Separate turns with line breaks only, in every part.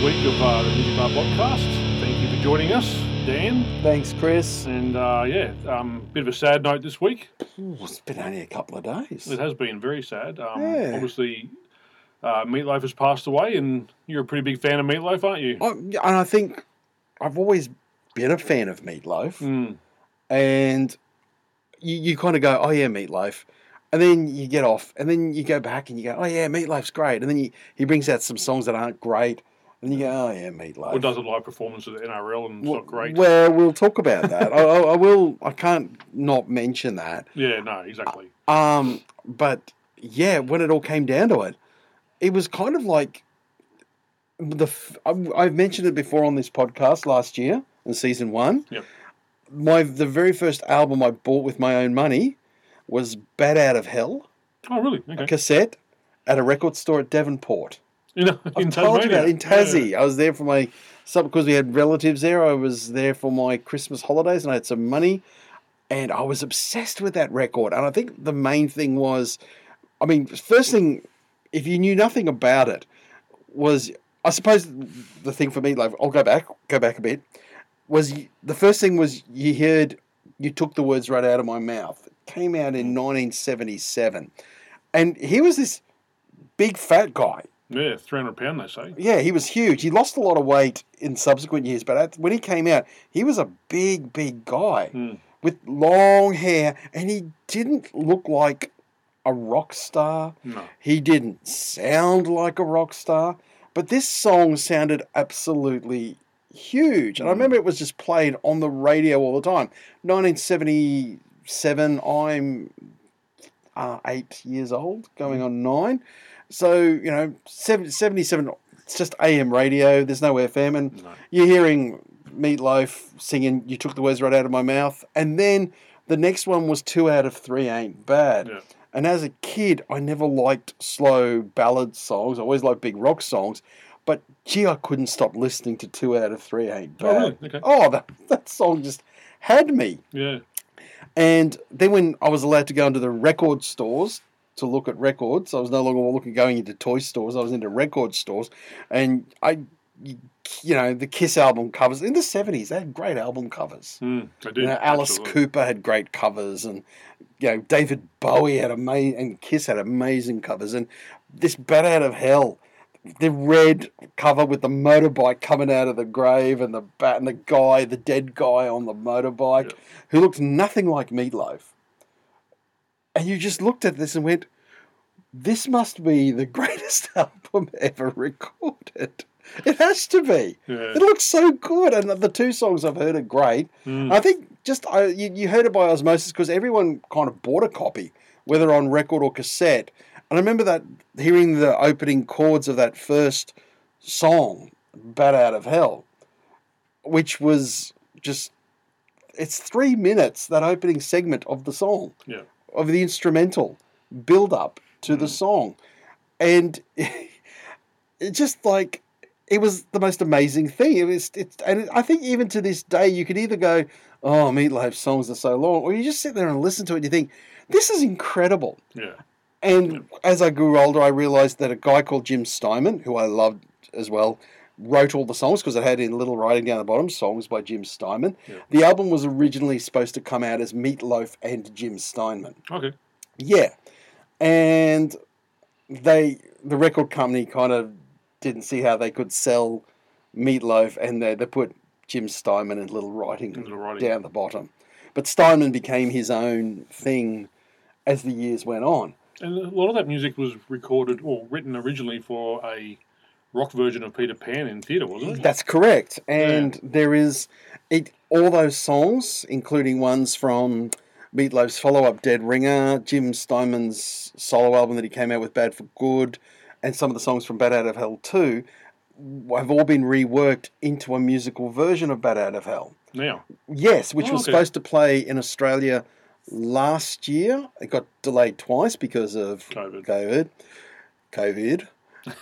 week of uh, the Music Bar podcast. Thank you for joining us, Dan.
Thanks, Chris.
And uh, yeah, um, bit of a sad note this week.
Ooh, it's been only a couple of days.
It has been very sad. Um,
Yeah.
Obviously, uh, Meatloaf has passed away, and you're a pretty big fan of Meatloaf, aren't you?
I, and I think I've always been a fan of meatloaf,
Mm.
and you, you kind of go, "Oh yeah, meatloaf," and then you get off, and then you go back and you go, "Oh yeah, meatloaf's great," and then you, he brings out some songs that aren't great, and you go, "Oh yeah, meatloaf."
Or does a live performance at the NRL and it's
Well,
not great?
Well, we'll talk about that. I, I, I will. I can't not mention that.
yeah, no, exactly.
Um, but yeah, when it all came down to it, it was kind of like the f- I- I've mentioned it before on this podcast last year in season one.
Yep.
My the very first album I bought with my own money was "Bat Out of Hell"
Oh, really? Okay.
cassette at a record store at Devonport.
You know, in
I've told
Tasmania.
you about it, in Tassie. I was there for my sub because we had relatives there. I was there for my Christmas holidays and I had some money, and I was obsessed with that record. And I think the main thing was, I mean, first thing, if you knew nothing about it, was I suppose the thing for me, like I'll go back, go back a bit, was y- the first thing was you heard, you took the words right out of my mouth. It came out in 1977, and he was this big fat guy.
Yeah, yeah 300 pound, they say.
Yeah, he was huge. He lost a lot of weight in subsequent years, but at, when he came out, he was a big, big guy
Mm.
with long hair, and he didn't look like a rock star.
No.
He didn't sound like a rock star, but this song sounded absolutely huge. And I remember it was just played on the radio all the time. 1977, I'm uh, eight years old, going on nine. So, you know, seven- 77, it's just AM radio, there's no FM. And
No.
you're hearing Meatloaf singing "You Took the Words Right Out of My Mouth," and then the next one was two out of three ain't bad.
Yeah.
And as a kid, I never liked slow ballad songs. I always liked big rock songs, but gee, I couldn't stop listening to two out of three ain't
Oh,
bad.
really? Okay.
Oh, that, that song just had me.
Yeah.
And then when I was allowed to go into the record stores to look at records, I was no longer looking going into toy stores. I was into record stores, and I, you know, the Kiss album covers in the seventies. They had great album covers.
Mm, I did.
You know, Alice
absolutely.
Cooper had great covers, and you know David Bowie had amazing, and Kiss had amazing covers, and this Bat Out of Hell, the red cover with the motorbike coming out of the grave, and the bat and the guy, the dead guy on the motorbike,
Yeah.
who looked nothing like Meatloaf, and you just looked at this and went, "This must be the greatest album ever recorded." It has to be.
Yeah.
It looks so good, and the- the two songs I've heard are great.
Mm.
I think just I, you, you heard it by osmosis because everyone kind of bought a copy, whether on record or cassette. And I remember that hearing the opening chords of that first song, "Bat Out of Hell," which was just it's three minutes that opening segment of the song,
Yeah.
of the instrumental build up to the song, and it just like it was the most amazing thing. It was, it's, and I think even to this day, you could either go, "Oh, Meatloaf songs are so long," or you just sit there and listen to it and you think, "This is incredible."
Yeah.
And as I grew older, I realized that a guy called Jim Steinman, who I loved as well, wrote all the songs because it had in little writing down the bottom songs by Jim Steinman.
Yeah.
The album was originally supposed to come out as Meatloaf and Jim Steinman.
Okay.
Yeah, and they the record company kind of didn't see how they could sell Meatloaf, and they they put Jim Steinman and Little Writing
Little Writing.
down the bottom. But Steinman became his own thing as the years went on.
And a lot of that music was recorded or written originally for a rock version of Peter Pan in theatre, wasn't it?
That's correct, and there is it all those songs, including ones from. Meatloaf's follow-up "Dead Ringer," Jim Steinman's solo album that he came out with "Bad for Good," and some of the songs from "Bad Out of Hell" too, have all been reworked into a musical version of "Bad Out of Hell."
now,
Yes, which
Oh,
was
okay.
supposed to play in Australia last year. It got delayed twice because of
COVID.
COVID. COVID.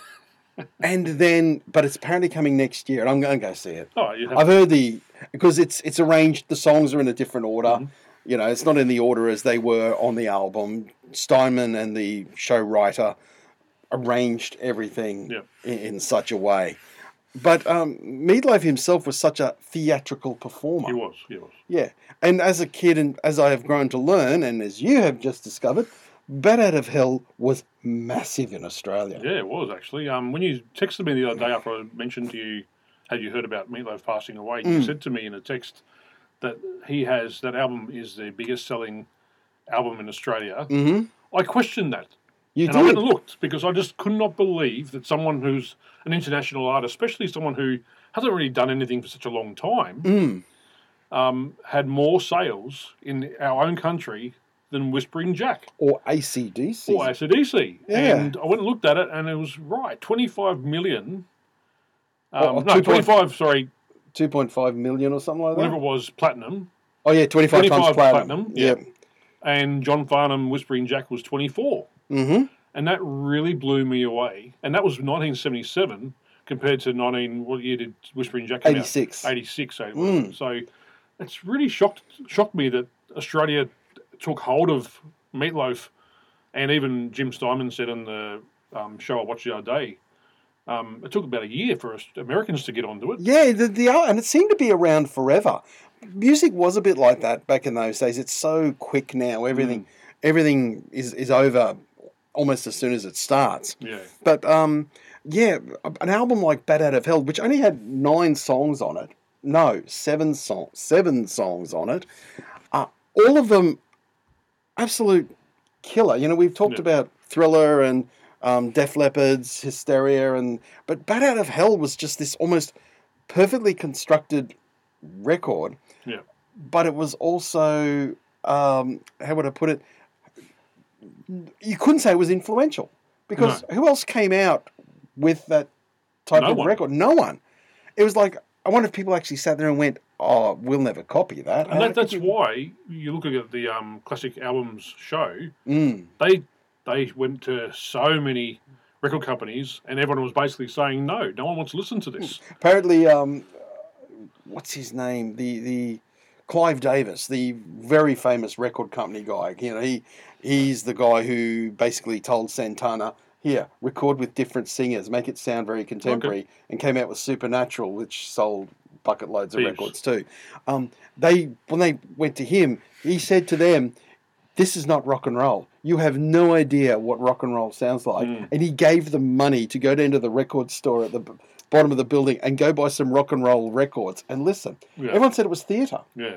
and then, but it's apparently coming next year, and I'm going to go see it.
Oh, you have
I've heard the because it's it's arranged. The songs are in a different order.
Mm-hmm.
You know, it's not in the order as they were on the album. Steinman and the show writer arranged everything
Yep.
in, in such a way, But um, Meatloaf himself was such a theatrical performer.
He was. He was.
Yeah. And as a kid, and as I have grown to learn, and as you have just discovered, Bat Out of Hell was massive in Australia.
Yeah, it was actually. Um, when you texted me the other day after I mentioned to you, had you heard about Meatloaf passing away? You
Mm.
said to me in a text that he has that album is the biggest selling album in Australia.
Mm-hmm.
I questioned that,
You
and I
did.
went and looked because I just could not believe that someone who's an international artist, especially someone who hasn't really done anything for such a long time,
Mm.
um, had more sales in our own country than Whispering Jack.
Or ACDC.
Or ACDC.
Yeah.
And I went and looked at it and it was right 25 million. Um,
Oh,
no,
2.5
25, sorry,
2.5 million or something like that.
whatever it was, platinum.
Oh, yeah, 25,
25
times platinum.
platinum, yeah. And John Farnham Whispering Jack was 24.
Mm-hmm.
And that really blew me away. And that was 1977 compared to 19, what year did Whispering Jack come
86.
out? 86. eh,
Mm.
whatever. So it's really shocked shocked me that Australia took hold of Meatloaf. And even Jim Steinman said on the um, show I watched the other day, um, it took about a year for us Americans to get onto it.
Yeah, the, the and it seemed to be around forever. Music was a bit like that back in those days. It's so quick now.
Mm.
Everything, everything is is over almost as soon as it starts.
Yeah.
But um, yeah, an album like Bat Out of Hell, which only had nine songs on it, no, seven song, seven songs on it, uh, all of them absolute killer. You know, we've talked
Yeah.
about Thriller and um, Def Leppard's Hysteria, and but Bat Out of Hell was just this almost perfectly constructed record.
Yeah.
But it was also, um, how would I put it? You couldn't say it was influential because who else came out with that type
No
of
one.
record? No one. It was like, I wonder if people actually sat there and went, oh, we'll never copy that.
And that,
don't
that's
think
why you look at the um, classic albums show,
you- Mm,
they they went to so many record companies, and everyone was basically saying, "No, no one wants to listen to this."
Apparently, um, what's his name? The the Clive Davis, the very famous record company guy. You know, he he's the guy who basically told Santana, "Here, record with different singers, make it sound very contemporary," and came out with Supernatural, which sold bucket loads of
Heaps.
records too. Um, they when they went to him, he said to them. This is not rock and roll. You have no idea what rock and roll sounds like.
Mm.
And he gave them money to go down to the record store at the b- bottom of the building and go buy some rock and roll records and listen.
Yeah,
Everyone said it was theatre.
yeah,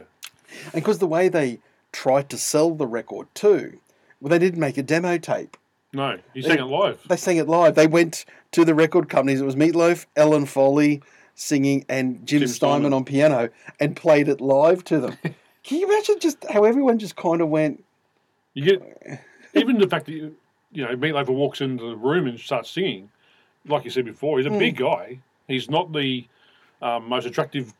And because the way they tried to sell the record too, well, they didn't make a demo tape.
no, you sang it live.
They sang it live. They went to the record companies. It was Meatloaf, Ellen Foley singing, and Jim,
Jim
Steinman,
Steinman.
on piano and played it live to them. Can you imagine just how everyone just kind of went,
You get
Uh,
even the fact that you, you know Meatloaf walks into the room and starts singing. Like you said before, he's a big
Hmm.
guy. He's not the um, most attractive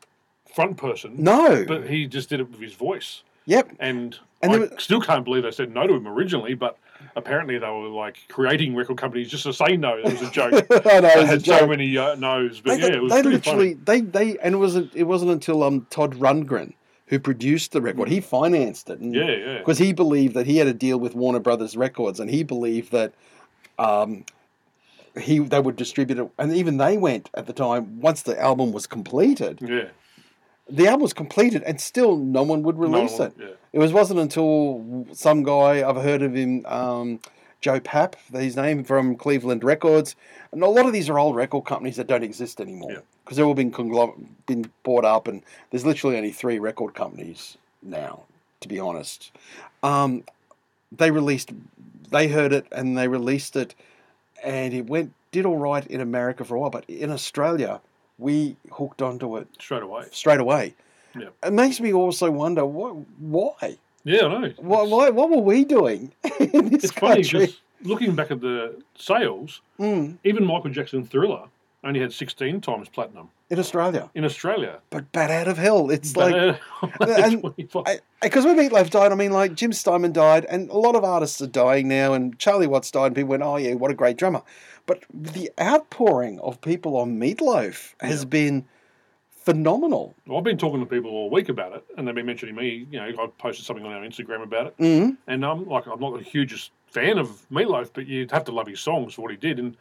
front person,
no?
but he just did it with his voice.
yep.
And,
And
I
there was-
still can't believe they said no to him originally, but apparently they were like creating record companies just to say no. It was a joke.
I know,
I
it was a
had so
joke.
many uh, no's, but
They,
yeah, it was
they
pretty
literally
funny.
they they and it wasn't it wasn't until um Todd Rundgren who produced the record he financed it and
Yeah, yeah.
because he believed that he had a deal with Warner Brothers Records, and he believed that um, he they would distribute it. And even they went at the time once the album was completed.
Yeah.
The album was completed, and still no one would
No,
release it.
Yeah.
It was wasn't until some guy I've heard of him, um, Joe Papp, his name from Cleveland Records, and a lot of these are old record companies that don't exist
Yeah.
anymore because they've all been conglom- been bought up, and there's literally only three record companies now. To be honest, um, they released, they heard it and they released it, and it went did all right in America for a while, but in Australia we hooked onto it
Straight away.
straight away.
Yeah.
It makes me also wonder what why.
Yeah, I know.
Why,
It's-
why, what were we doing in this
It's funny
country?
because looking back at the sales,
Mm,
even Michael Jackson Thriller only had 16 times platinum
in Australia,
in Australia.
but bat out of hell. It's like
But, uh,
and-
25.
because when Meatloaf died, I mean, like Jim Steinman died, and a lot of artists are dying now, and Charlie Watts died, and people went, "Oh yeah, what a great drummer," but the outpouring of people on Meatloaf has
Yeah.
been phenomenal.
Well, I've been talking to people all week about it, and they've been mentioning me. You know, I posted something on our Instagram about it,
Mm,
and I'm like, I'm not the hugest um, fan of Meatloaf, but you'd have to love his songs for what he did. And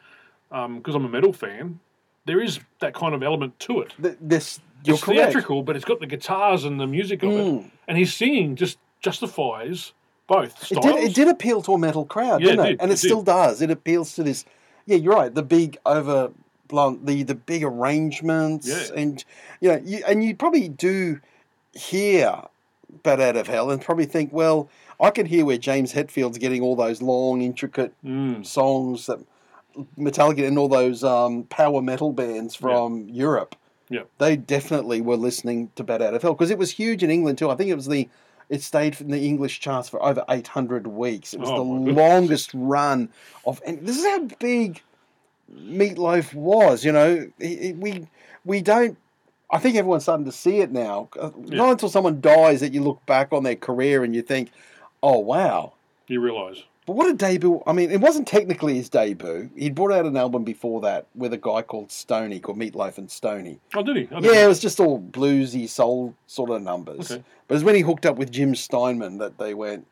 because I'm a metal fan, there is that kind of element to it.
Th- this you're
it's
correct.
theatrical, but it's got the guitars and the music of it,
Mm.
and his singing just justifies both
It
styles.
did, it did appeal to a metal crowd,
Yeah, it
didn't it?
did,
And it,
it did.
still does. It appeals to this. Yeah, you're right. The big overblown, the the big arrangements,
Yeah.
and you know, you, and you probably do hear "Bat Out of Hell" and probably think, well, I can hear where James Hetfield's getting all those long, intricate
Mm,
songs that Metallica and all those um, power metal bands from Europe.
Yeah.
They definitely were listening to Bat Out of Hell because it was huge in England too. I think it was the it stayed in the English charts for over 800 weeks. It was
Oh, my
the
goodness.
longest run of and this is how big Meatloaf was, you know. He- he- we we don't I think everyone's starting to see it now. Uh, Not
Yeah.
until someone dies that you look back on their career and you think, "Oh wow,
you realise.
but what a debut! I mean, it wasn't technically his debut. He'd brought out an album before that with a guy called Stoney, called Meatloaf and Stoney.
Oh, did he? I didn't
Yeah, it was just all bluesy soul sort of numbers.
Okay.
But it's when he hooked up with Jim Steinman that they went.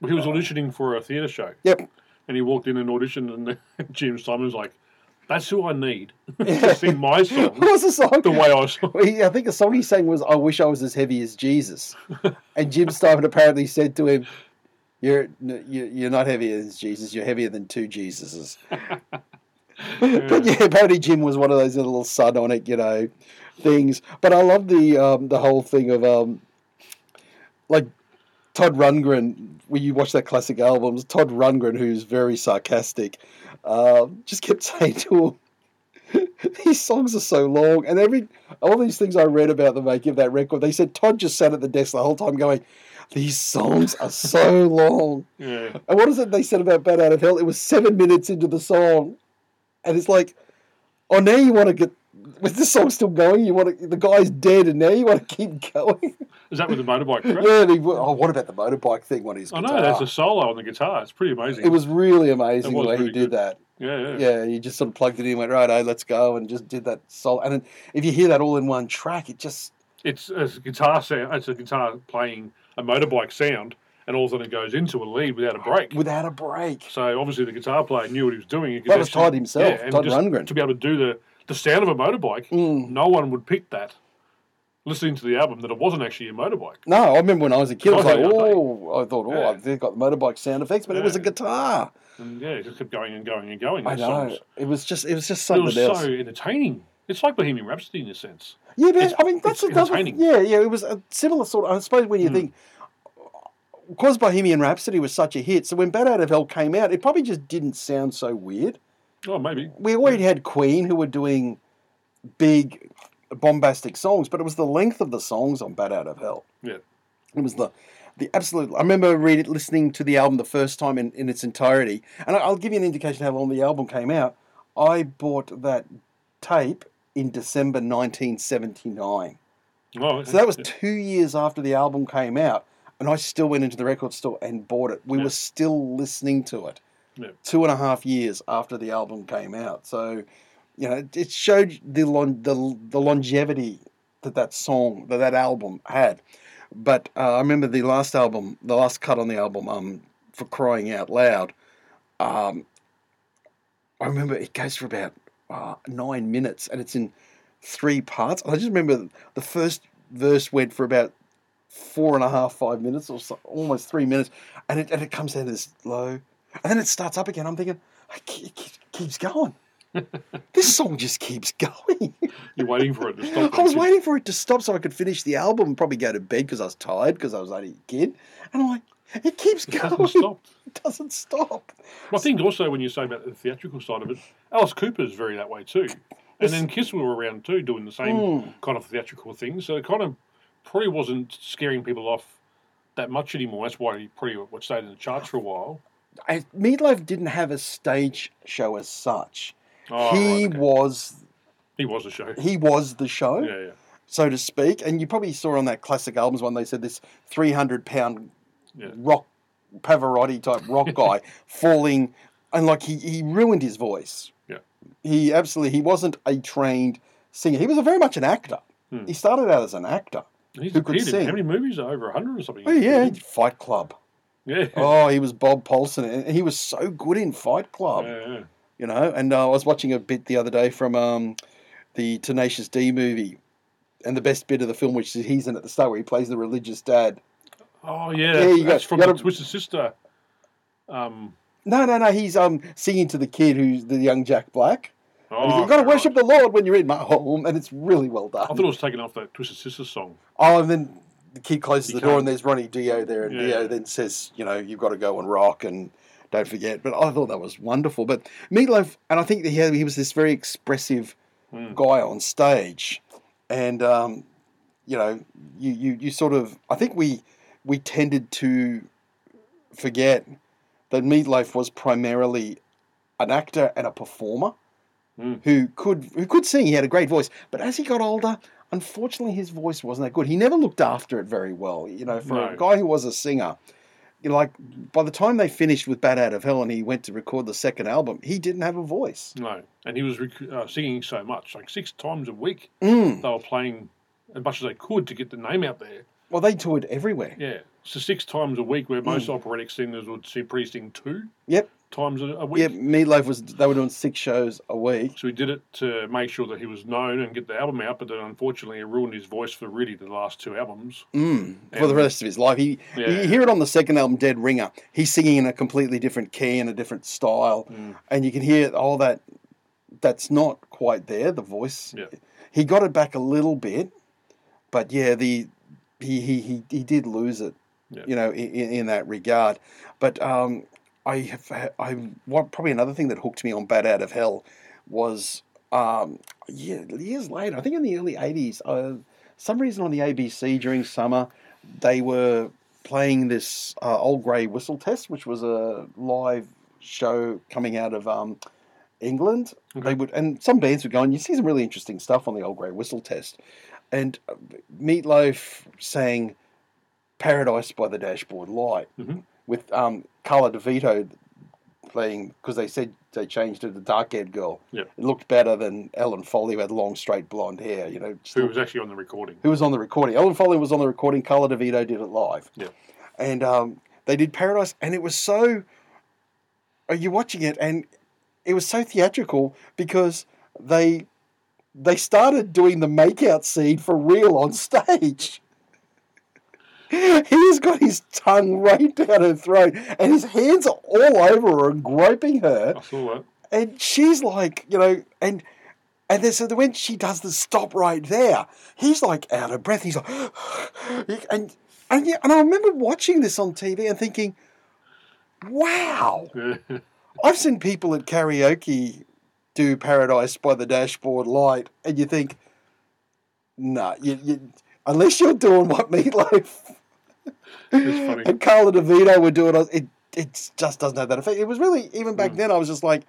Well, he was auditioning for a theatre show.
Uh, Yep.
And he walked in and auditioned, and Jim Simon's like, "That's who I need to sing my
What
song
was the song?
the way I song."
Well, he- I think the song he sang was "I Wish I Was as Heavy as Jesus," and Jim Steinman apparently said to him, "You're n- you- you're not heavier than Jesus. You're heavier than two Jesuses."
Mm.
But yeah, apparently Jim was one of those little sardonic, you know, things. But I love the um, the whole thing of um, like Todd Rundgren. When you watch that classic albums, Todd Rundgren, who's very sarcastic, uh, just kept saying to him. These songs are so long, and every all these things I read about the making of that record, they said Todd just sat at the desk the whole time going, "These songs are so long."
yeah.
And what is it they said about Bat Out of Hell? It was seven minutes into the song, and it's like, oh, now you want to get. With this song still going, you want to, the guy's dead, and now you want to keep going.
Is that with the motorbike crash?
yeah, and he, oh, what about the motorbike thing? What he's
I know that's a solo on the guitar. It's pretty amazing.
it was really amazing
It
the
was
way he
pretty
did
good.
that.
yeah, yeah.
Yeah, he just sort of plugged it in, and went right, oh, let's go, and just did that solo. And then if you hear that all in one track, it just
It's, it's a guitar sound. It's a guitar playing a motorbike sound, and all of a sudden it goes into a lead without a break.
without a break.
So obviously the guitar player knew what he was doing.
That was Todd himself,
and
Todd
just
Rundgren.
To be able to do the, the sound of a motorbike,
Mm.
no one would pick that listening to the album that it wasn't actually a motorbike.
No, I remember when I was a kid, I was
I
like,
think- I think-
oh, I thought, oh,
Yeah.
they've got the motorbike sound effects, but it was a
Yeah.
guitar.
And yeah, it just kept going and going and going.
I
those
know.
songs.
It was just it was just
It
something
was
else.
so entertaining. It's like Bohemian Rhapsody in a sense.
yeah, but
it's-
I mean that's
it's
another.
entertaining.
Yeah, yeah. It was a similar sort. Of, I suppose when you
Mm.
think because Bohemian Rhapsody was such a hit, so when Bad Out of Hell came out, it probably just didn't sound so weird.
Oh, maybe.
We already had Queen who were doing big bombastic songs, but it was the length of the songs on Bad Out of Hell.
Yeah.
It was the the absolute. I remember reading, listening to the album the first time in, in its entirety, and I- I'll give you an indication how long the album came out. I bought that tape in December 1979,
Oh,
so that was two years after the album came out, and I still went into the record store and bought it. We
Yeah.
were still listening to it
Yeah.
two and a half years after the album came out. So, you know, it- it showed the lon- the, the longevity that that song that that album had. But uh, I remember the last album, the last cut on the album, um, for crying out loud. Um, I remember it goes for about uh, nine minutes, and it's in three parts. I just remember the first verse went for about four and a half, five minutes, or so, almost three minutes, and it and it comes down to this low, and then it starts up again. I'm thinking, it ke- it ke- keeps going. this song just keeps going.
You're waiting for it to stop.
I was waiting for it to stop so I could finish the album and probably go to bed because I was tired because I was only a kid. And I'm like, it keeps
It
going.
hasn't stopped.
It doesn't stop.
Well, I think also when you say about the theatrical side of it, Alice Cooper's very that way too. And then Kiss were around too, doing the same
Mm.
kind of theatrical thing. So it kind of probably wasn't scaring people off that much anymore. That's why he probably what stayed in the charts for a while.
I, Meatloaf didn't have a stage show as such.
Oh,
he
right, okay.
was
he was a show.
he was the show.
Yeah, yeah,
so to speak. And you probably saw on that classic albums one, they said this 300 pound
Yeah.
rock, Pavarotti type rock guy falling, and like he, he ruined his voice.
Yeah.
He absolutely, he wasn't a trained singer. He was a very much an actor.
Hmm.
He started out as an actor.
He's
Who could
appeared in
sing?
how many movies? Over hundred or something.
Oh, yeah, Fight Club.
yeah.
Oh, he was Bob Paulson, and he was so good in Fight Club
yeah, yeah.
you know. And uh, I was watching a bit the other day from um, the Tenacious D movie, and the best bit of the film, which is he's in at the start, where he plays the religious dad.
Oh yeah,
There
that's,
you go.
that's from
You
the
gotta-
Twisted Sister. Um,
No, no, no. He's um singing to the kid who's the young Jack Black. And he's
oh,
You've got to
right.
worship the Lord when you're in my home, and it's really well done.
I thought it was taken off that Twisted Sister song.
Oh, and then the kid closes
You
the door,
can't-
and there's Ronnie Dio there, and
Yeah.
Dio then says, "You know, you've got to go and rock, and don't forget." But I thought that was wonderful. But Meatloaf, and I think that he, had- he was this very expressive
Mm.
guy on stage, and um, you know, you, you you sort of, I think we we tended to forget that Meatloaf was primarily an actor and a performer
Mm.
who could who could sing. He had a great voice, but as he got older, unfortunately, his voice wasn't that good. He never looked after it very well. You know, for a
No.
guy who was a singer, you know, like by the time they finished with "Bad Out of Hell" and he went to record the second album, he didn't have a voice.
No, and he was rec- uh, singing so much, like six times a week.
Mm.
They were playing as much as they could to get the name out there.
Well, they toured everywhere.
Yeah, so six times a week, where most operatic singers would see pretty sing two
Hmm. Yep,
times a, a week.
yep. Meatloaf was they were doing six shows a week.
So he did it to make sure that he was known and get the album out, but then unfortunately it ruined his voice for really the last two albums.
Mm, for the
And-
rest of his life. He,
Yeah.
You hear it on the second album, Dead Ringer. He's singing in a completely different key and a different style,
Mm.
and you can hear all that. That's not quite there. The voice.
Yeah.
He got it back a little bit, but yeah, the he he he, he did lose it.
Yeah.
You know, in, in that regard, but um, I have I what probably another thing that hooked me on Bad Out of Hell was um, yeah, years later. I think in the early eighties. Uh, some reason on the ABC during summer, they were playing this uh, Old Grey Whistle Test, which was a live show coming out of um, England.
Okay.
They would, and some bands would go, and you see some really interesting stuff on the Old Grey Whistle Test. And uh, Meatloaf sang "Paradise by the Dashboard Light"
Mhm.
with um, Carla DeVito playing because they said they changed her to the dark-haired girl.
Yeah.
It looked better than Ellen Foley, who had long, straight blonde hair. You know, just
Who was actually on the recording?
who was on the recording. Ellen Foley was on the recording. Carla DeVito did it live.
Yeah.
And um, they did Paradise, and it was so. Are you watching it? And it was so theatrical because they they started doing the makeout scene for real on stage. He's got his tongue right down her throat, and his hands are all over her and groping her
I saw that.
and she's like, you know, and and then so when she does the stop right there, he's like out of breath. He's like, and and yeah, and I remember watching this on TV and thinking, wow,
Yeah.
I've seen people at karaoke do Paradise by the Dashboard Light, and you think, nah, you, you, unless you're doing what Meatloaf
It's funny.
and Carla DeVito were doing it, it, it just doesn't have that effect. It was really, even back
Mm.
then, I was just like,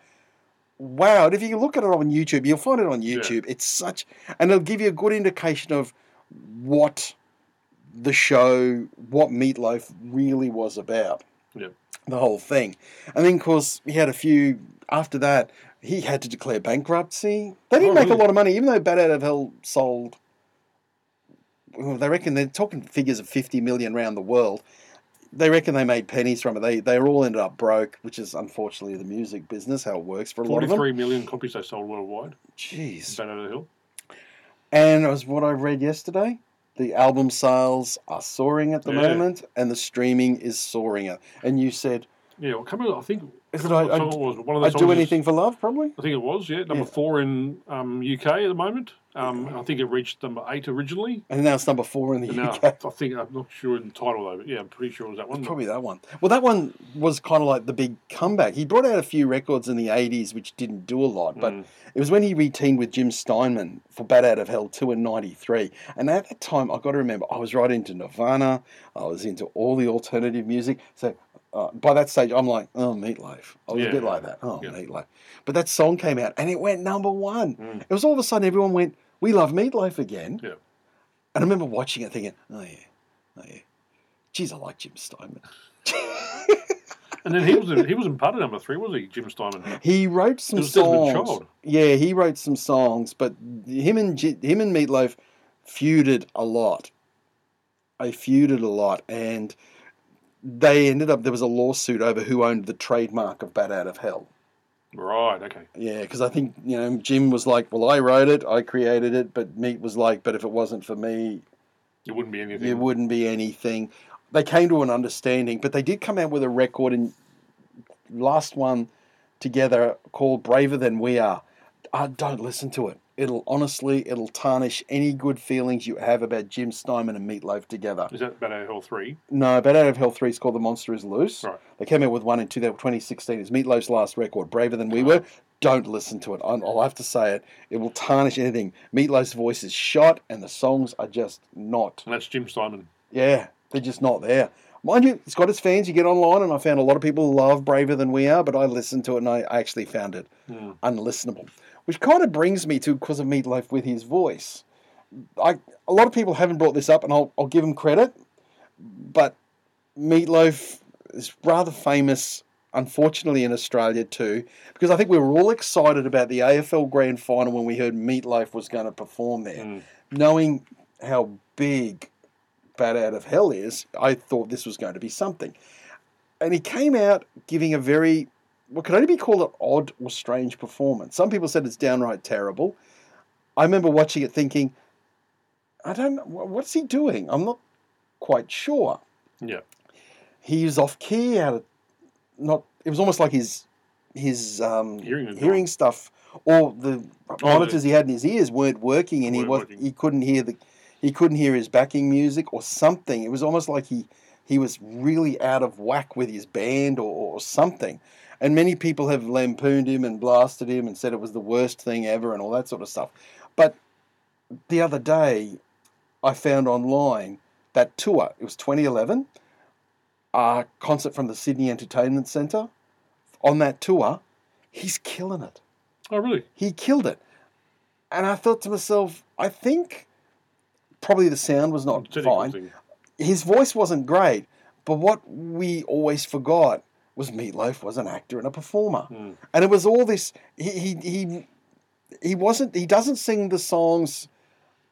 wow. And if you look at it on YouTube, you'll find it on
Yeah.
YouTube. It's such, and it'll give you a good indication of what the show, what Meatloaf really was about.
Yeah.
The whole thing. And then, of course, he had a few, after that, he had to declare bankruptcy. They didn't
Oh,
make a
really?
lot of money, even though Bad Out of Hell sold. Well, they reckon they're talking figures of 50 million around the world. They reckon they made pennies from it. They they all ended up broke, which is unfortunately the music business, how it works for a lot of them.
Forty-three million copies they sold worldwide.
Jeez.
Down over the hill.
And it was what I read yesterday. The album sales are soaring at the
Yeah.
moment, and the streaming is soaring. It. And you said,
Yeah, well, come on, I think
"Is it? I,
what song it
I,
was, but one of
I
those
do
songs is-
anything for love, probably."
I think it was, yeah, number
Yeah.
four in um, UK at the moment. Um, I think it reached number eight originally.
And now it's number four in the
And now
UK.
I think I'm not sure in the title though, but yeah, I'm pretty sure it was that one.
Probably that one. Well, that one was kind of like the big comeback. He brought out a few records in the 80s which didn't do a lot, but
Mm.
it was when he reteamed with Jim Steinman for Bat Out of Hell 2 in 93. And at that time, i got to remember, I was right into Nirvana, I was into all the alternative music. So uh, by that stage, I'm like, oh, Meatloaf. I was a
Yeah.
bit like that. Oh,
Yeah.
Meatloaf. But that song came out and it went number one.
Mm.
It was all of a sudden everyone went, we love Meatloaf again.
Yeah.
And I remember watching it thinking, oh, yeah, oh, yeah. Geez, I like Jim Steinman.
And then he was in, he was in part of number three, was he, Jim Steinman?
He wrote some
It was
songs.
Desmond Child.
Yeah, he wrote some songs, but him and G- him and Meatloaf feuded a lot. They feuded a lot, and they ended up there was a lawsuit over who owned the trademark of Bat Out of Hell.
Right. Okay.
Yeah, because I think you know Jim was like, "Well, I wrote it, I created it," but Meat was like, "But if it wasn't for me,
It wouldn't be anything.
it wouldn't be anything." They came to an understanding, but they did come out with a record and last one together called "Braver Than We Are." Uh, don't listen to it. It'll honestly, it'll tarnish any good feelings you have about Jim Steinman and Meatloaf together.
Is that Better Hell Three?
No, Bad Out of Hell 3 is called The Monster is Loose.
Right.
They came out with one in 2016. It's Meatloaf's last record, Braver Than We Were. Don't listen to it. I'm- I'll have to say it. It will tarnish anything. Meatloaf's voice is shot, and the songs are just not.
And that's Jim Steinman.
Yeah, they're just not there. Mind you, it's got its fans. You get online, and I found a lot of people love Braver Than We Are, but I listened to it and I actually found it
Hmm.
unlistenable. Which kind of brings me to because of Meatloaf with his voice. I a lot of people haven't brought this up, and I'll I'll give him credit, but Meatloaf is rather famous, unfortunately, in Australia too, because I think we were all excited about the AFL Grand Final when we heard Meatloaf was going to perform there,
Mm.
knowing how big Bat Out of Hell is. I thought this was going to be something, and he came out giving a very what could only be called an odd or strange performance. Some people said it's downright terrible. I remember watching it thinking, I don't know, wh- what's he doing? I'm not quite sure.
Yeah.
He was off key out of not it was almost like his his um
Hearing Oh, was
hearing
wrong.
stuff or the monitors he had in his ears weren't working and he
Weren't
was
working.
he couldn't hear the he couldn't hear his backing music or something. It was almost like he he was really out of whack with his band or, or something. And many people have lampooned him and blasted him and said it was the worst thing ever and all that sort of stuff. But the other day, I found online that tour, it was 2011, a concert from the Sydney Entertainment Centre. On that tour, he's killing it.
Oh, really?
He killed it. And I thought to myself, I think probably the sound was not
Technical
fine
thing.
his voice wasn't great, but what we always forgot was Meatloaf was an actor and a performer,
Mm.
and it was all this. He he he, he wasn't. He doesn't sing the songs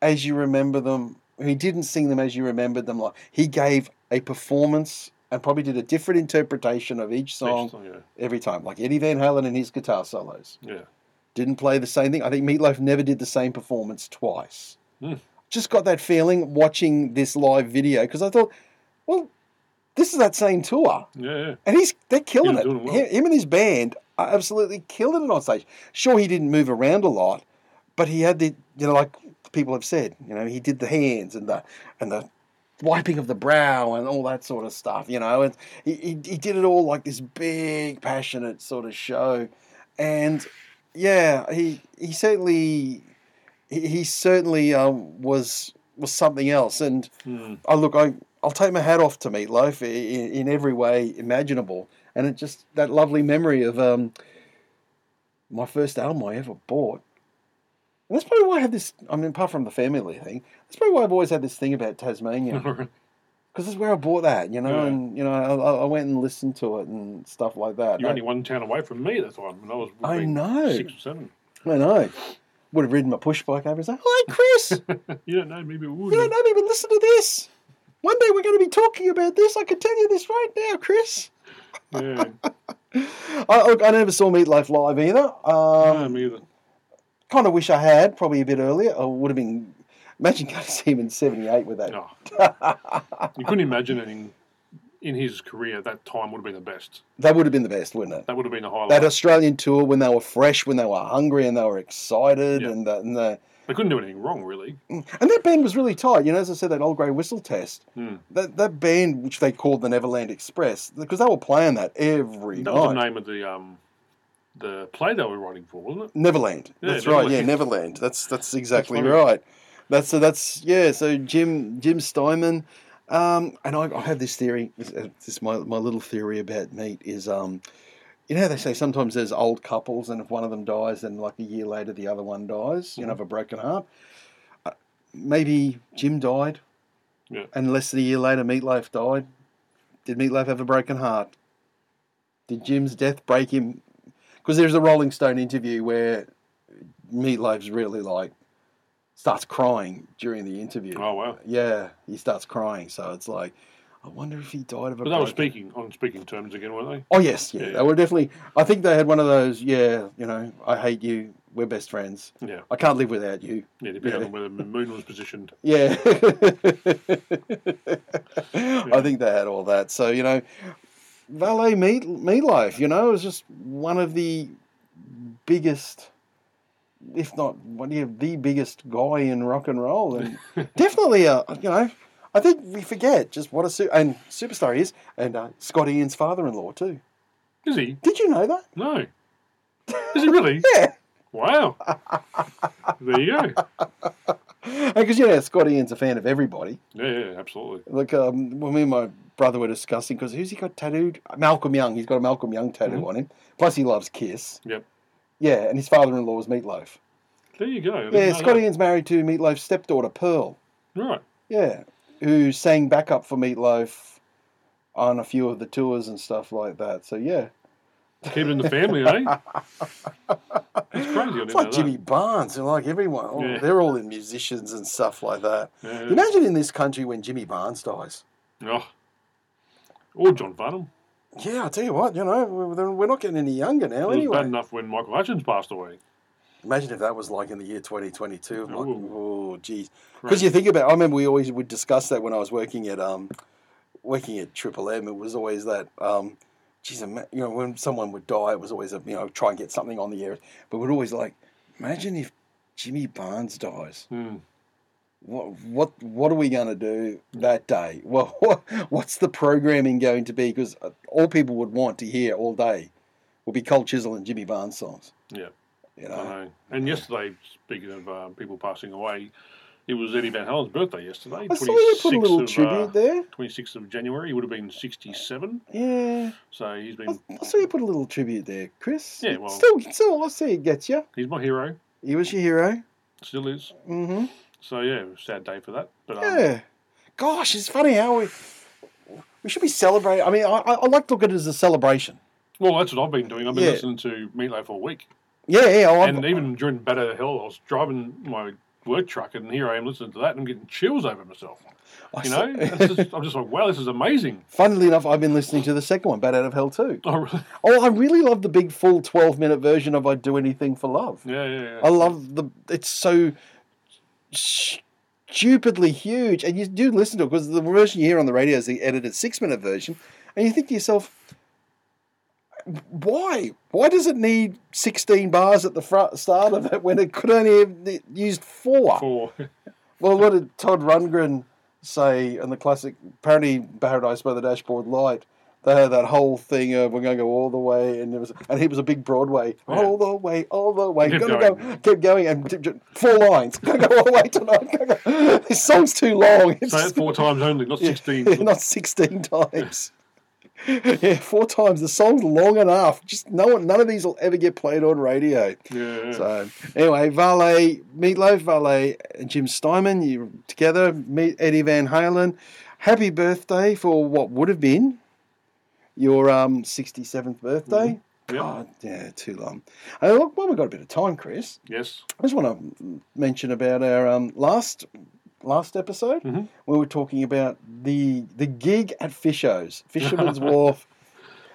as you remember them. He didn't sing them as you remembered them. Like he gave a performance and probably did a different interpretation of each song
Next, yeah.
every time. Like Eddie Van Halen and his guitar solos
Yeah.
didn't play the same thing. I think Meatloaf never did the same performance twice.
Hmm.
Just got that feeling watching this live video because I thought, well, this is that same tour,
Yeah. Yeah.
and he's they're killing
He's
it.
doing well.
Him, him and his band are absolutely killing it on stage. Sure, he didn't move around a lot, but he had the you know like people have said, you know, he did the hands and the and the wiping of the brow and all that sort of stuff, you know, and he, he, he did it all like this big passionate sort of show and yeah, he he certainly he, he certainly um, was was something else. And
Mm.
I look, I I'll take my hat off to Meatloaf in, in every way imaginable, and it just that lovely memory of um, my first album I ever bought. And that's probably why I had this. I mean, apart from the family thing, that's probably why I've always had this thing about Tasmania because that's where I bought that, you know.
Mm-hmm. Yeah.
And you know, I, I I went and listened to it and stuff like that.
You're
I-
only one town away from me at the time when I was
I
being
know.
six or seven.
I know. Would have ridden my push bike over and said, Hi, Chris, you
You don't know, maybe we would.
don't know me, but listen to this. One day we're going to be talking about this. I can tell you this right now, Chris.
Yeah.
I, look, I never saw Meatloaf live either.
no,
Um,
me either.
kind of wish I had, probably a bit earlier. I would have been. Imagine going to see him in 78 with that.
No. Oh. you couldn't imagine anything in his career that time would have been the best.
That would have been the best, wouldn't it?
That would have been a highlight.
That Australian tour when they were fresh, when they were hungry and they were excited
Yeah.
and, the, and the,
they couldn't do anything wrong, really.
And that band was really tight. You know, as I said, that old grey whistle test.
Hmm.
That that band, which they called the Neverland Express, because they were playing that every
That was the
night.
name of the um, the play they were writing for, wasn't it?
Neverland.
Yeah,
that's right.
Neverland.
Yeah, Neverland. That's that's exactly
funny.
right. That's so that's yeah. So Jim Jim Steinman, um, and I, I have this theory. This, uh, this is my my little theory about meat is um, you know how they say sometimes there's old couples, and if one of them dies, then like a year later the other one dies.
Mm-hmm.
You know, of a broken heart. Uh, Maybe Jim died,
Yeah.
and less than a year later, Meatloaf died. Did Meatloaf have a broken heart? Did Jim's death break him? Because there's a Rolling Stone interview where Meatloaf's really like starts crying during the interview.
Oh, wow.
Yeah, he starts crying. So it's like, I wonder if he died of
But
a.
they were
broken-
speaking on speaking terms again, weren't they?
Oh yes, yeah,
Yeah.
they were definitely. I think they had one of those. Yeah, you know, I hate you. We're best friends.
Yeah.
I can't live without you.
Yeah, depending
Yeah.
on where the moon was positioned.
Yeah. I think they had all that. So, you know, valet meat, meatloaf, you know, is just one of the biggest, if not one of the biggest guy in rock and roll. And definitely, a, you know, I think we forget just what a su- and superstar he is, and uh, Scott Ian's father in law, too.
Is he?
Did you know that?
No. Is he really?
Yeah.
Wow. There you go.
Because, you know, Scott Ian's a fan of everybody.
Yeah, yeah, absolutely.
Like um, when me and my brother were discussing, because who's he got tattooed? Malcolm Young. He's got a Malcolm Young tattoo
Mhm.
on him. Plus, he loves Kiss.
Yep.
Yeah, and his father-in-law was Meatloaf.
There you go. I didn't
Yeah,
know
Scott Ian's married to Meatloaf's stepdaughter Pearl.
that. Right.
Yeah, who sang backup for Meatloaf on a few of the tours and stuff like that. So yeah,
Keep it in the family, eh? It's crazy. I didn't
it's
know
like Jimmy Barnes and like everyone. Oh,
Yeah.
They're all in musicians and stuff like that.
That. Yeah.
Imagine in this country when Jimmy Barnes dies.
Oh. Or John Farnham.
Yeah, I tell you what, you know, we're we're not getting any younger now.
It was
anyway,
bad enough when Michael Hutchins passed away.
Imagine if that was like in the year 2022. Like,
Ooh.
oh, geez. Because you think about, I remember we always would discuss that when I was working at um, working at Triple M. It was always that, um, geez, ima- you know, when someone would die, it was always a, you know, try and get something on the air. But we'd always like, imagine if Jimmy Barnes dies.
Mm.
What what what are we going to do that day? Well, what's the programming going to be? Because all people would want to hear all day would be Cold Chisel and Jimmy Barnes songs.
Yeah.
you
I
know.
know. And yesterday, speaking of uh, people passing away, it was Eddie Van Halen's birthday yesterday.
I saw you put a
26th
little
of,
tribute
uh,
there.
26th of January. He would have been 67.
Yeah,
So he's been
I, I saw you put a little tribute there, Chris.
Yeah, well-
still, still, I see it gets you.
he's my hero.
He was your hero.
Still is.
hmm
So yeah, sad day for that. But um,
yeah. Gosh, it's funny how we we should be celebrating. I mean, I, I I like to look at it as a celebration.
well, that's what I've been doing. I've been
Yeah.
listening to Meatloaf all week,
Yeah, yeah. oh, I-
and even during Better Hell, I was driving my work truck, and here I am listening to that, and I'm getting chills over myself.
I
You
saw-
know, It's just, I'm just like, wow, this is amazing.
funnily enough, I've been listening to the second one, "Bad Out of Hell" too.
Oh, really?
Oh, I really love the big full twelve-minute version of "I'd Do Anything for Love."
yeah, yeah, yeah.
I love the. It's so stupidly huge, and you do listen to it because the version you hear on the radio is the edited six-minute version, and you think to yourself, why? Why does it need sixteen bars at the front start of it when it could only have used four?
For
Well, what did Todd Rundgren say in the classic? Apparently, Paradise by the Dashboard Light. They had that whole thing of we're going to go all the way, and there was, and he was a big Broadway, all the way, all the way,
Keep
gonna
going.
go, keep going, and d- d- four lines, gonna go all the way tonight. Gonna go. This song's too long. It's
say it four times only, not sixteen.
not sixteen times. yeah, four times. The song's long enough. Just no one, none of these will ever get played on radio.
yeah, yeah.
So anyway, Valet, Meatloaf, Valet, and Jim Steinman, you together. Meet Eddie Van Halen. Happy birthday for what would have been your um, 67th birthday.
Hmm. Yep.
God, yeah, too long. Uh, look, well, we've got a bit of time, Chris.
yes,
I just want to mention about our um, last last episode.
Mhm.
We were talking about the the gig at Fisho's, Fisherman's Wharf.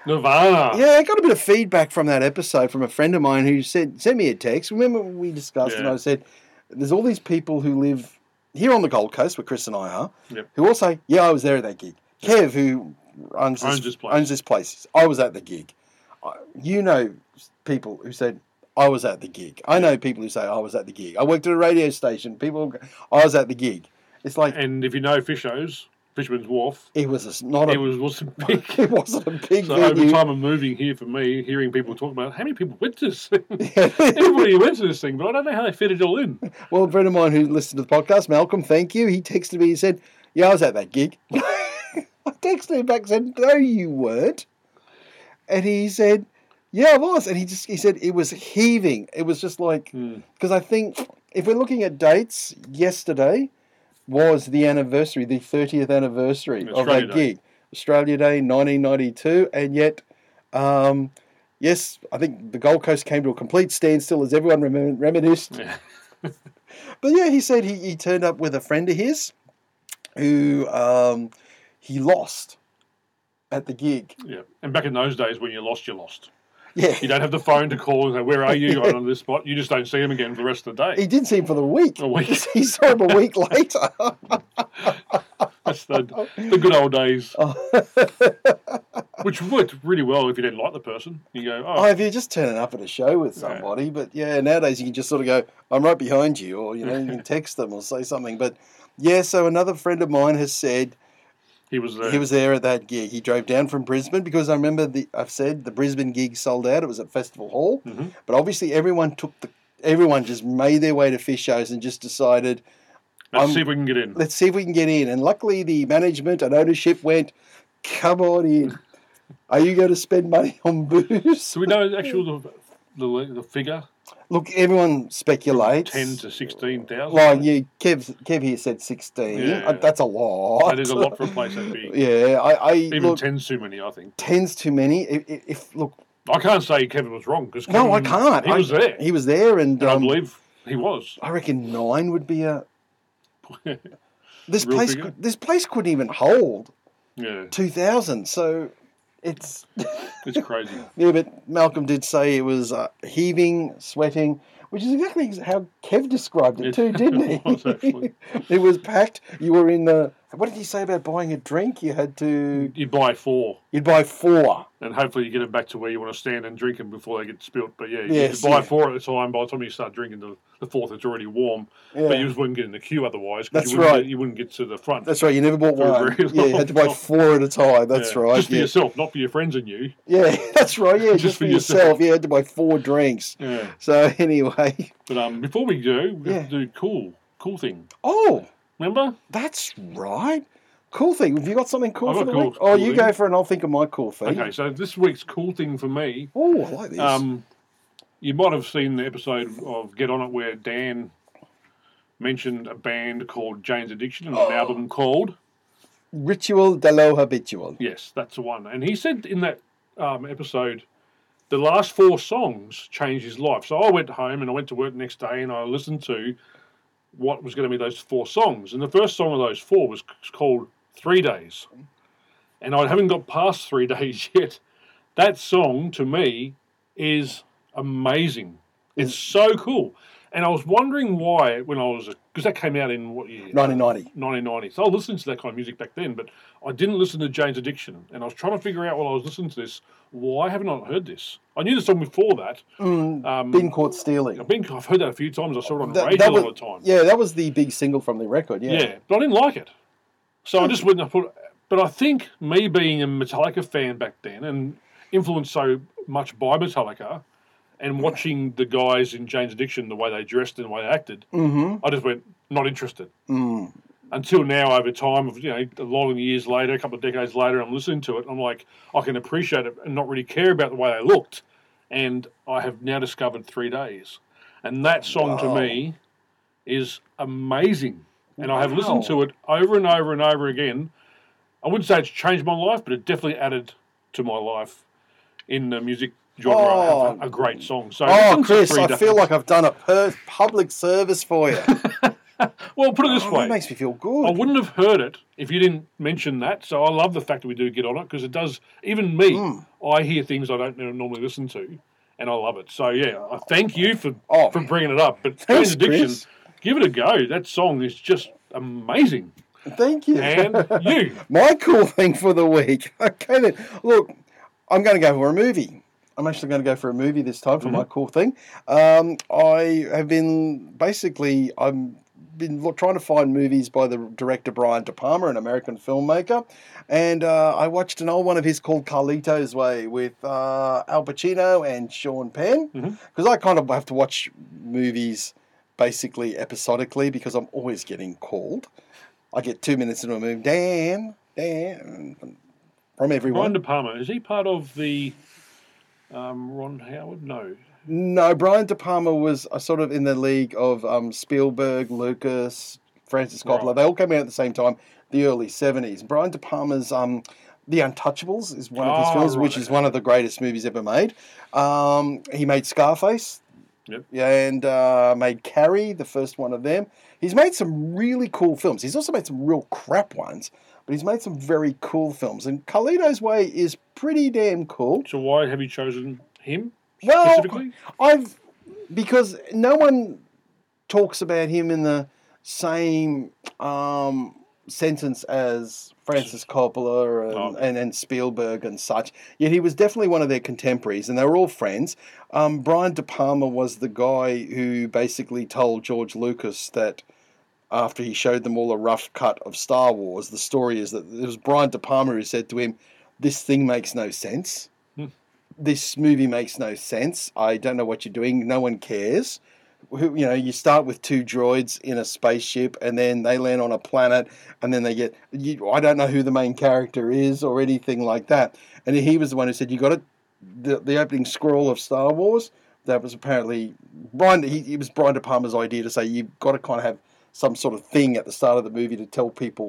Nirvana.
Yeah, I got a bit of feedback from that episode from a friend of mine who said, sent me a text. Remember, we discussed, and
Yeah.
I said, there's all these people who live here on the Gold Coast, where Chris and I are,
Yep.
who all say, yeah, I was there at that gig. Kev, who owns this,
Owns this place.
owns this place, I was at the gig. I- You know people who said, I was at the gig. I know people who say, I was at the gig. I worked at a radio station. People, go, I was at the gig. It's like,
And if you know Fisho's, Fisherman's Wharf,
it was a s not a,
it was wasn't big.
it wasn't a big
So over
venue.
time of moving here for me, hearing people talk about how many people went to this thing. Everybody went to this thing, but I don't know how they fit it all in.
Well, a friend of mine who listened to the podcast, Malcolm, thank you. He texted me. He said, "Yeah, I was at that gig." I texted him back and said, "No, you weren't." And he said, "Yeah, I was." And he just he said it was heaving. It was just like
Hmm.
because I think if we're looking at dates, yesterday was the anniversary, the thirtieth anniversary
Australia
of that
Day.
gig, Australia Day, nineteen ninety two, and yet. Um, Yes, I think the Gold Coast came to a complete standstill as everyone remin- reminisced
Yeah.
but yeah, he said he, he turned up with a friend of his who um, he lost at the gig.
Yeah. And back in those days, when you lost, you lost.
Yeah,
You don't have the phone to call and say, Where are you? I'm on this spot. You just don't see him again for the rest of the
he
day. Oh,
did see him for the week.
A week.
he saw him a week later.
That's the, the good old days,
oh,
which worked really well if you didn't like the person. You go, Oh,
if you're just turning up at a show with somebody, but yeah, nowadays you can just sort of go, "I'm right behind you," or you know, you can text them or say something. But yeah, so another friend of mine has said
he was there.
He was there at that gig. He drove down from Brisbane because I remember the I've said the Brisbane gig sold out. It was at Festival Hall,
Mhm.
but obviously everyone took the everyone just made their way to fish shows and just decided
Let's
I'm-
see if we can get in.
let's see if we can get in. And luckily the management and ownership went, come on in. Are you going to spend money on booze?
Do we know the actual the, the, the figure?
Look, everyone speculates.
10 to 16,000?
Like you, Kev, Kev here said sixteen.
Yeah, yeah.
Uh, That's a lot.
That is a lot for a place that big.
Yeah, I, I
Even
look,
10's too many, I think.
ten's too many. If, if- if look,
I can't say Kevin was wrong because
No, I can't.
He
I-
was there.
He was there, and
and I
um,
believe he was.
I reckon nine would be a. This
Real
place,
figure?
could, this place couldn't even hold
yeah,
two thousand. So, it's
it's crazy.
yeah. But Malcolm did say it was uh, heaving, sweating, which is exactly how Kev described it too,
It
didn't he?
was, actually.
it was packed. You were in the. What did he say about buying a drink? You had to.
You buy four,
You'd buy four.
and hopefully you get them back to where you want to stand and drink them before they get spilt. But yeah,
Yes,
you buy
yeah.
four at a time. By the time you start drinking the, the fourth, it's already warm.
Yeah.
But you just wouldn't get in the queue otherwise. 'cause
That's
you wouldn't
right.
Get, you wouldn't get to the front.
That's right. You never bought
For a
one.
very
Yeah, you had to buy
long
four at a time. That's
Yeah.
right.
Just for
yeah.
yourself, not for your friends and you.
Yeah, that's right. Yeah, just, for,
for
yourself.
yourself.
You had to buy four drinks.
Yeah.
So anyway,
But um, before we do, we
Yeah.
have to do cool, cool thing.
oh,
Remember?
that's right. Cool thing. Have you got something cool
I've
for
got
the
cool-
week? Oh,
cool
you
thing.
go for it, and I'll think of my cool thing.
Okay, so this week's cool thing for me
Oh, I like this.
Um, you might have seen the episode of Get On It where Dan mentioned a band called Jane's Addiction and
Oh.
an album called
Ritual de lo habitual.
Yes, that's the one. And he said in that um, episode, the last four songs changed his life. So I went home and I went to work the next day and I listened to what was going to be those four songs. And the first song of those four was c- called Three Days. And I haven't got past three days yet. That song to me is amazing. It's so cool. And I was wondering why when I was, because that came out in what year?
1990.
1990. So I listened to that kind of music back then, but I didn't listen to Jane's Addiction. And I was trying to figure out while I was listening to this, why haven't I heard this? I knew the song before that.
Mm,
Um,
been caught stealing.
I've, been, I've heard that a few times. I saw it on
That-
radio
that was-
all the time.
Yeah, that was the big single from the record.
Yeah. but I didn't like it. So I
Hmm.
just wouldn't have put. But I think me being a Metallica fan back then and influenced so much by Metallica and watching the guys in Jane's Addiction, the way they dressed and the way they acted,
hmm
I just went, not interested
Mm.
until now over time of you know a lot of years later a couple of decades later i'm listening to it i'm like i can appreciate it and not really care about the way they looked and i have now discovered three days and that song
Wow.
to me is amazing and i have
Wow.
listened to it over and over and over again i wouldn't say it's changed my life but it definitely added to my life in the music genre I have
Oh.
a, a great song so
Oh,
listen to
Chris,
Three
I
Days.
feel like I've done a per- public service for you.
well put it this
Oh,
way
that makes me feel
I
good.
wouldn't have heard it if you didn't mention that. So I love the fact that we do get on it because it does. Even me,
Hmm.
I hear things I don't normally listen to, and I love it. So yeah, I thank you for
Oh.
for bringing it up. But
Thanks,
Jane's Addiction,
Chris.
give it a go. That song is just amazing.
Thank you.
And you,
My cool thing for the week. Okay, then. Look, I'm going to go for a movie. I'm actually going to go for a movie this time for my cool thing. Um, I have been basically I'm been lo- trying to find movies by the director Brian De Palma, an American filmmaker, and uh, I watched an old one of his called Carlito's Way with uh, Al Pacino and Sean Penn because
Mhm.
I kind of have to watch movies basically episodically because I'm always getting called. I get two minutes into a movie, Dan, Dan, from
Brian
everyone.
De Palma, is he part of the um, Ron Howard? No,
No, Brian De Palma was uh, sort of in the league of um, Spielberg, Lucas, Francis Coppola.
Right.
They all came out at the same time, the early 70s. Brian De Palma's um, The Untouchables is one of his
Oh,
films,
right,
which is
okay.
one of the greatest movies ever made. Um, he made Scarface,
Yep.
and uh, made Carrie, the first one of them. He's made some really cool films. He's also made some real crap ones, but he's made some very cool films. And Carlito's Way is pretty damn cool.
So why have you chosen him
Well,
specifically?
I've because no one talks about him in the same um, sentence as Francis Coppola
Oh.
and, and, and Spielberg and such. Yet he was definitely one of their contemporaries, and they were all friends. Um, Brian De Palma was the guy who basically told George Lucas that after he showed them all a rough cut of Star Wars, the story is that it was Brian De Palma who said to him, "This thing makes no sense.
Hmm.
This movie makes no sense. I don't know what you're doing. No one cares." Who- You know, you start with two droids in a spaceship, and then they land on a planet, and then they get. You, I don't know who the main character is or anything like that. And he was the one who said, "You got it." The, the opening scroll of Star Wars. That was apparently Brian. He, it was Brian De Palma's idea to say you've got to kind of have some sort of thing at the start of the movie to tell people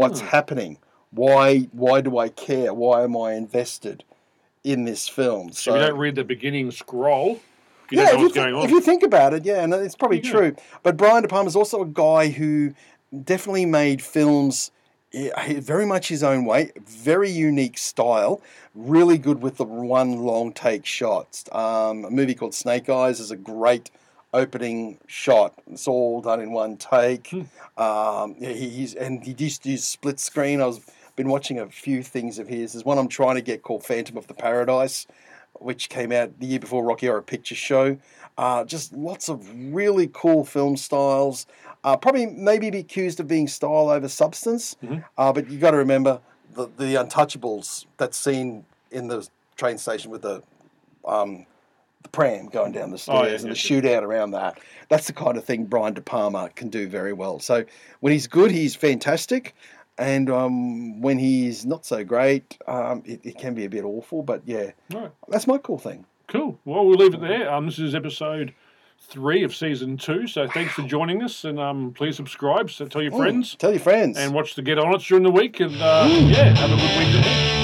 what's
Ah.
happening. Why why do I care? Why am I invested in this film?
So if you don't read the beginning scroll, you don't
yeah, if
know
you,
what's
think,
going on.
if you think about it, yeah, and it's probably
Yeah.
true. But Brian De Palma's also a guy who definitely made films eh, very much his own way, very unique style, really good with the one long take shots. Um, a movie called Snake Eyes is a great opening shot. It's all done in one take.
Hmm.
Um, yeah, he, he's and he used to use split screen. I was been watching a few things of his. There's one I'm trying to get called Phantom of the Paradise, which came out the year before Rocky Horror Picture Show. Uh, just lots of really cool film styles. Uh, probably maybe be accused of being style over substance,
Mhm.
uh, but you got to remember the, the Untouchables. That scene in the train station with the um, the pram going down the stairs
Oh, yeah,
and
yeah,
the shootout around that. That's the kind of thing Brian De Palma can do very well. So when he's good, he's fantastic. And um, when he's not so great, um, it, it can be a bit awful. But yeah,
All right,
that's my cool thing.
cool. Well, we'll leave it there. Um, this is episode three of season two. So thanks for joining us, and um, please subscribe. So tell your friends
Mm, tell your friends.
and watch the Get On It during the week. And uh, yeah, have a good week. ahead.